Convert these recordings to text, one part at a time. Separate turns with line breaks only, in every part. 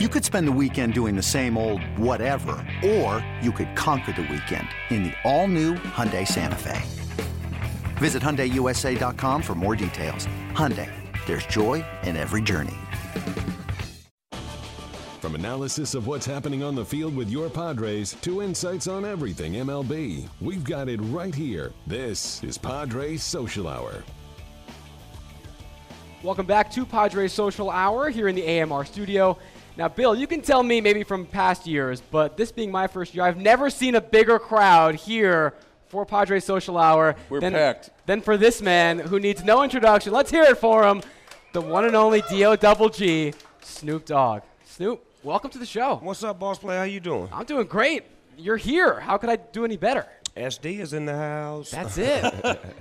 You could spend the weekend doing the same old whatever, or you could conquer the weekend in the all-new Hyundai Santa Fe. Visit HyundaiUSA.com for more details. Hyundai, there's joy in every journey.
From analysis of what's happening on the field with your Padres to insights on everything MLB, we've got it right here. This is Padres Social Hour.
Welcome back to Padres Social Hour here in the AMR studio. Now, Bill, you can tell me maybe from past years, but this being my first year, I've never seen a bigger crowd here for Padres Social Hour
We're
than,
packed.
than for this man who needs no introduction. Let's hear it for him. The one and only D.O. Double G, Snoop Dogg. Snoop, welcome to the show.
What's up, boss player? How you doing?
I'm doing great. You're here. How could I do any better?
SD is in the house.
That's it.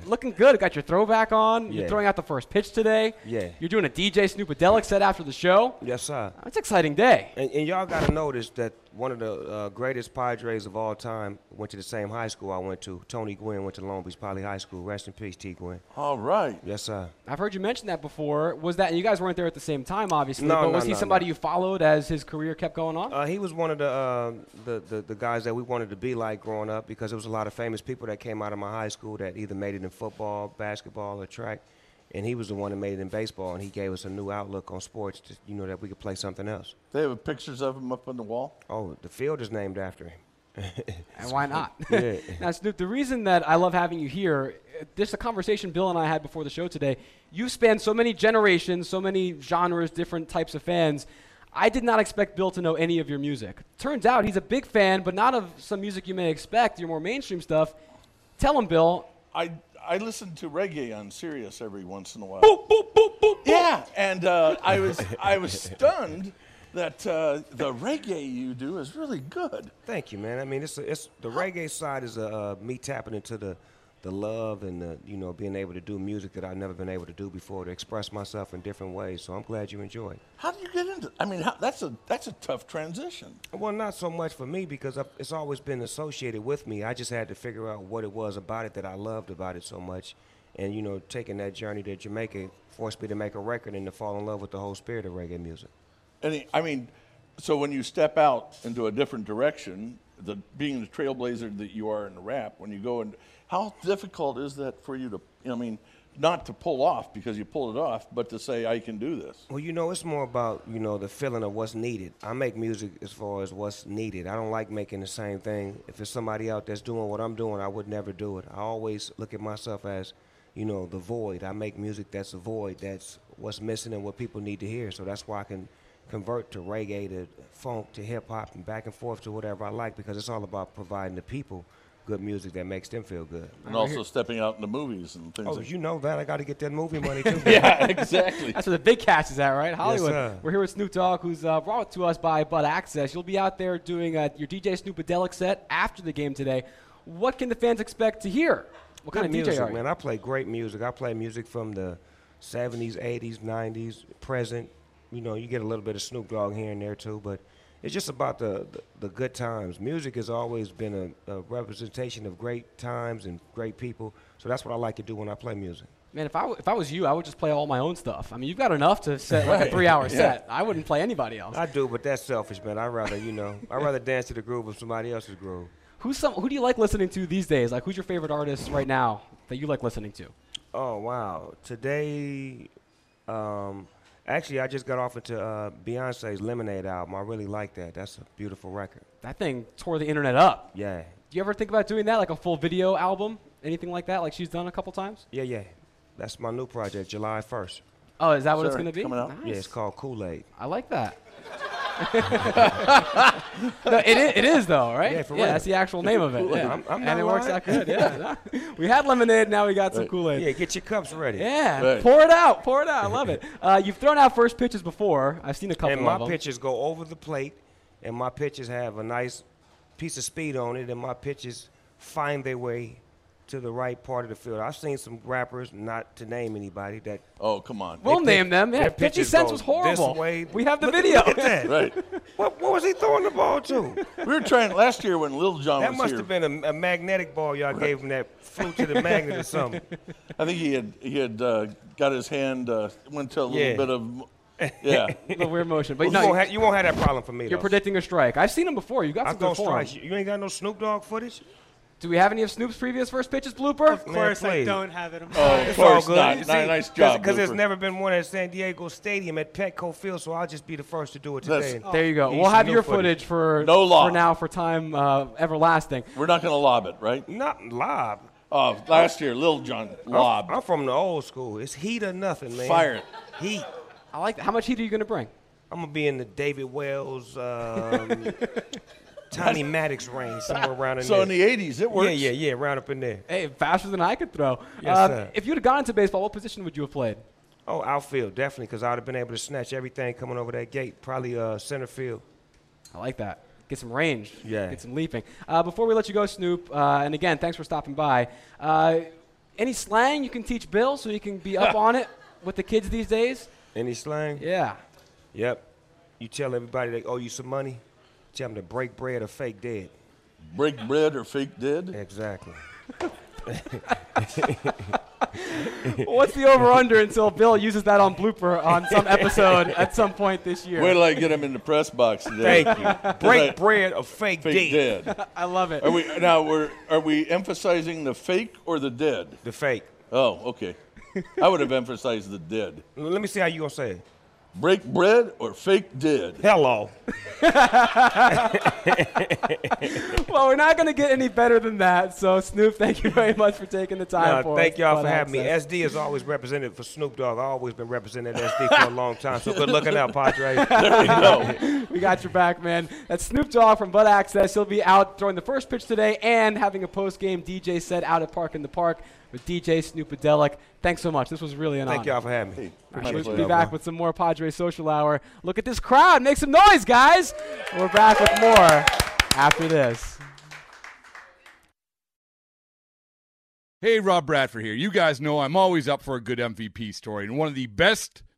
Looking good. Got your throwback on. You're
Yeah.
throwing out the first pitch today.
Yeah.
You're doing a DJ Snoopadelic set after the show.
yes, sir.
It's an exciting day.
And, and y'all got to notice that one of the uh, greatest Padres of all time went to the same high school I went to. Tony Gwynn went to Long Beach Poly High School. Rest in peace, T. Gwynn.
All right.
Yes, sir.
I've heard you mention that before. Was that you guys weren't there at the same time, obviously?
No,
but
no,
was he
no,
somebody
no.
you followed as his career kept going on?
Uh, he was one of the, uh, the, the the guys that we wanted to be like growing up because there was a lot of famous people that came out of my high school that either made it in football, basketball, or track, and he was the one that made it in baseball. And he gave us a new outlook on sports. To, you know that we could play something else.
They have pictures of him up on the wall.
Oh, the field is named after him.
and why not? now, Snoop, the reason that I love having you here, uh, this is a conversation Bill and I had before the show today. You've spanned so many generations, so many genres, different types of fans. I did not expect Bill to know any of your music. Turns out he's a big fan, but not of some music you may expect, your more mainstream stuff. Tell him, Bill.
I I listen to reggae on Sirius every once in a while. Yeah, and uh, I was I was stunned that uh, the reggae you do is really good.
Thank you, man. I mean, it's a, it's the reggae side is uh, me tapping into the the love and the you know being able to do music that I've never been able to do before to express myself in different ways. So I'm glad you enjoyed.
How do you get into? I mean, how, that's a that's a tough transition.
Well, not so much for me because I've, it's always been associated with me. I just had to figure out what it was about it that I loved about it so much. And, you know, taking that journey to Jamaica forced me to make a record and to fall in love with the whole spirit of reggae music.
Any, I mean, so when you step out into a different direction, the being the trailblazer that you are in rap, when you go and how difficult is that for you to? I mean, not to pull off because you pull it off, but to say I can do this.
Well, you know, it's more about, you know, the feeling of what's needed. I make music as far as what's needed. I don't like making the same thing. If it's somebody out that's doing what I'm doing, I would never do it. I always look at myself as, you know, the void. I make music that's a void, that's what's missing and what people need to hear. So that's why I can convert to reggae, to funk, to hip hop, and back and forth to whatever I like because it's all about providing the people good music that makes them feel good.
And also stepping out into movies and things
Oh,
like
you know that. I got to get that movie money too.
Yeah, exactly.
That's where the big cash is at, right? Hollywood.
sir.
We're here with Snoop Dogg, who's uh, brought to us by Bud Access. You'll be out there doing uh, your DJ Snoopadelic set after the game today. What can the fans expect to hear? What kind
Good
of
music,
DJ are you?
man. I play great music. I play music from the 70s, 80s, 90s, present. You know, you get a little bit of Snoop Dogg here and there too, but it's just about the, the, the good times. Music has always been a, a representation of great times and great people, so that's what I like to do when I play music.
Man, if I, w- if I was you, I would just play all my own stuff. I mean, you've got enough to set like a three-hour set. I wouldn't play anybody else.
I do, but that's selfish, man. I'd rather, you know, I'd rather dance to the groove of somebody else's groove.
Who's some, who do you like listening to these days? Like, who's your favorite artist right now that you like listening to?
Oh wow! Today, um, actually, I just got off into uh, Beyonce's Lemonade album. I really like that. That's a beautiful record.
That thing tore the internet up.
Yeah,
Do you ever think about doing that, like a full video album, anything like that, like she's done a couple times?
Yeah, yeah. That's my new project, July 1st.
Oh, is that what it's
Sure,
going to be?
coming out.
Nice.
Yeah, it's called Kool Aid.
I like that. no, it, is, it is though, right?
Yeah, for
yeah
real.
that's the actual name of it. Yeah.
I'm- I'm
and
not
it works
lying.
out good. Yeah, we had lemonade, now we got some
Right.
Kool Aid.
Yeah, get your cups ready.
Yeah,
Right.
pour it out, pour it out. I love it. Uh, you've thrown out first pitches before. I've seen a couple
And my
of them.
pitches go over the plate, and my pitches have a nice piece of speed on it, and my pitches find their way to the right part of the field. I've seen some rappers, not to name anybody, that
Oh, come on.
we'll
They
name
pitch-
them. Yeah,
their
50
pitches
Cent
go
was
this
horrible.
way.
We have the
Look at-
video.
look at that.
Right.
what, what was he throwing the ball to?
We were trying last year when Lil Jon
That
was
must
here.
have been a, a magnetic ball y'all all gave him that flew to the magnet or something.
I think he had he had uh, got his hand uh, went to a little
Yeah.
bit of Yeah.
the weird motion. But
You,
no,
won't have, you won't have that problem for me.
you're
though.
predicting a strike. I've seen him before. You got
I'm
some good
gonna
form.
strike you. You ain't got no Snoop Dogg footage.
Do we have any of Snoop's previous first pitches blooper?
Man,
Of course, I
please.
don't have it. I'm
Oh,
sorry.
of
It's all
course
good.
not. Ni- nice job.
Because there's
Looper.
never been one at San Diego Stadium at Petco Field, so I'll just be the first to do it
That's-
today.
Oh, There you go.
Need
We'll
some
have
new
your footage
footage.
for
No law.
for now for time uh, everlasting.
We're not going to lob it, right?
Not live.
Oh, last year, Lil John lobbed.
I'm from the old school. It's heat or nothing, Oh, man.
Fire it.
Heat.
I like that. How much heat are you going to bring?
I'm gonna be in the David Wells, um, Tommy Maddox range, somewhere around in
so
there.
in the 80s, it works.
yeah, yeah, yeah, round up in there.
Hey, faster than I could throw.
Yes,
Uh,
sir.
If you'd have gone into baseball, what position would you have played?
Oh, outfield definitely, because I'd have been able to snatch everything coming over that gate. Probably uh, center field.
I like that. Get some range.
Yeah.
Get some leaping. Uh, before we let you go, Snoop, uh, and again, thanks for stopping by. Uh, any slang you can teach Bill so he can be up on it with the kids these days?
Any slang?
Yeah.
Yep. You tell everybody they owe you some money. Tell them to break bread or fake dead.
Break bread or fake dead.
Exactly.
What's the over under until Bill uses that on blooper on some episode at some point this year?
Wait till I get him in the press box today.
Thank you. Break bread or fake,
Fake
dead.
dead.
I love it.
Are we now? We're are we emphasizing the fake or the dead?
The fake.
Oh, okay. I would have emphasized the dead.
L- Let me see how you gonna say it.
Break bread or fake dead.
Hello.
Well, we're not going to get any better than that. So, Snoop, thank you very much for taking the time
Nah,
for
Uh, thank
us.
y'all
Fun
for having
access.
me. SD is always represented for Snoop Dogg. I always been representing SD for a long time. So good looking out, Padre.
No.
We got your back, man. That's Snoop Dogg from Bud Access. He'll be out throwing the first pitch today and having a post game DJ set out at Park in the Park with DJ Snoopadelic. Thanks so much. This was really an
Thank
honor.
y'all for having me.
We'll be back with some more Padres Social Hour. Look at this crowd. Make some noise, guys. We're back with more after this.
Hey, Rob Bradford here. You guys know I'm always up for a good MVP story, and one of the best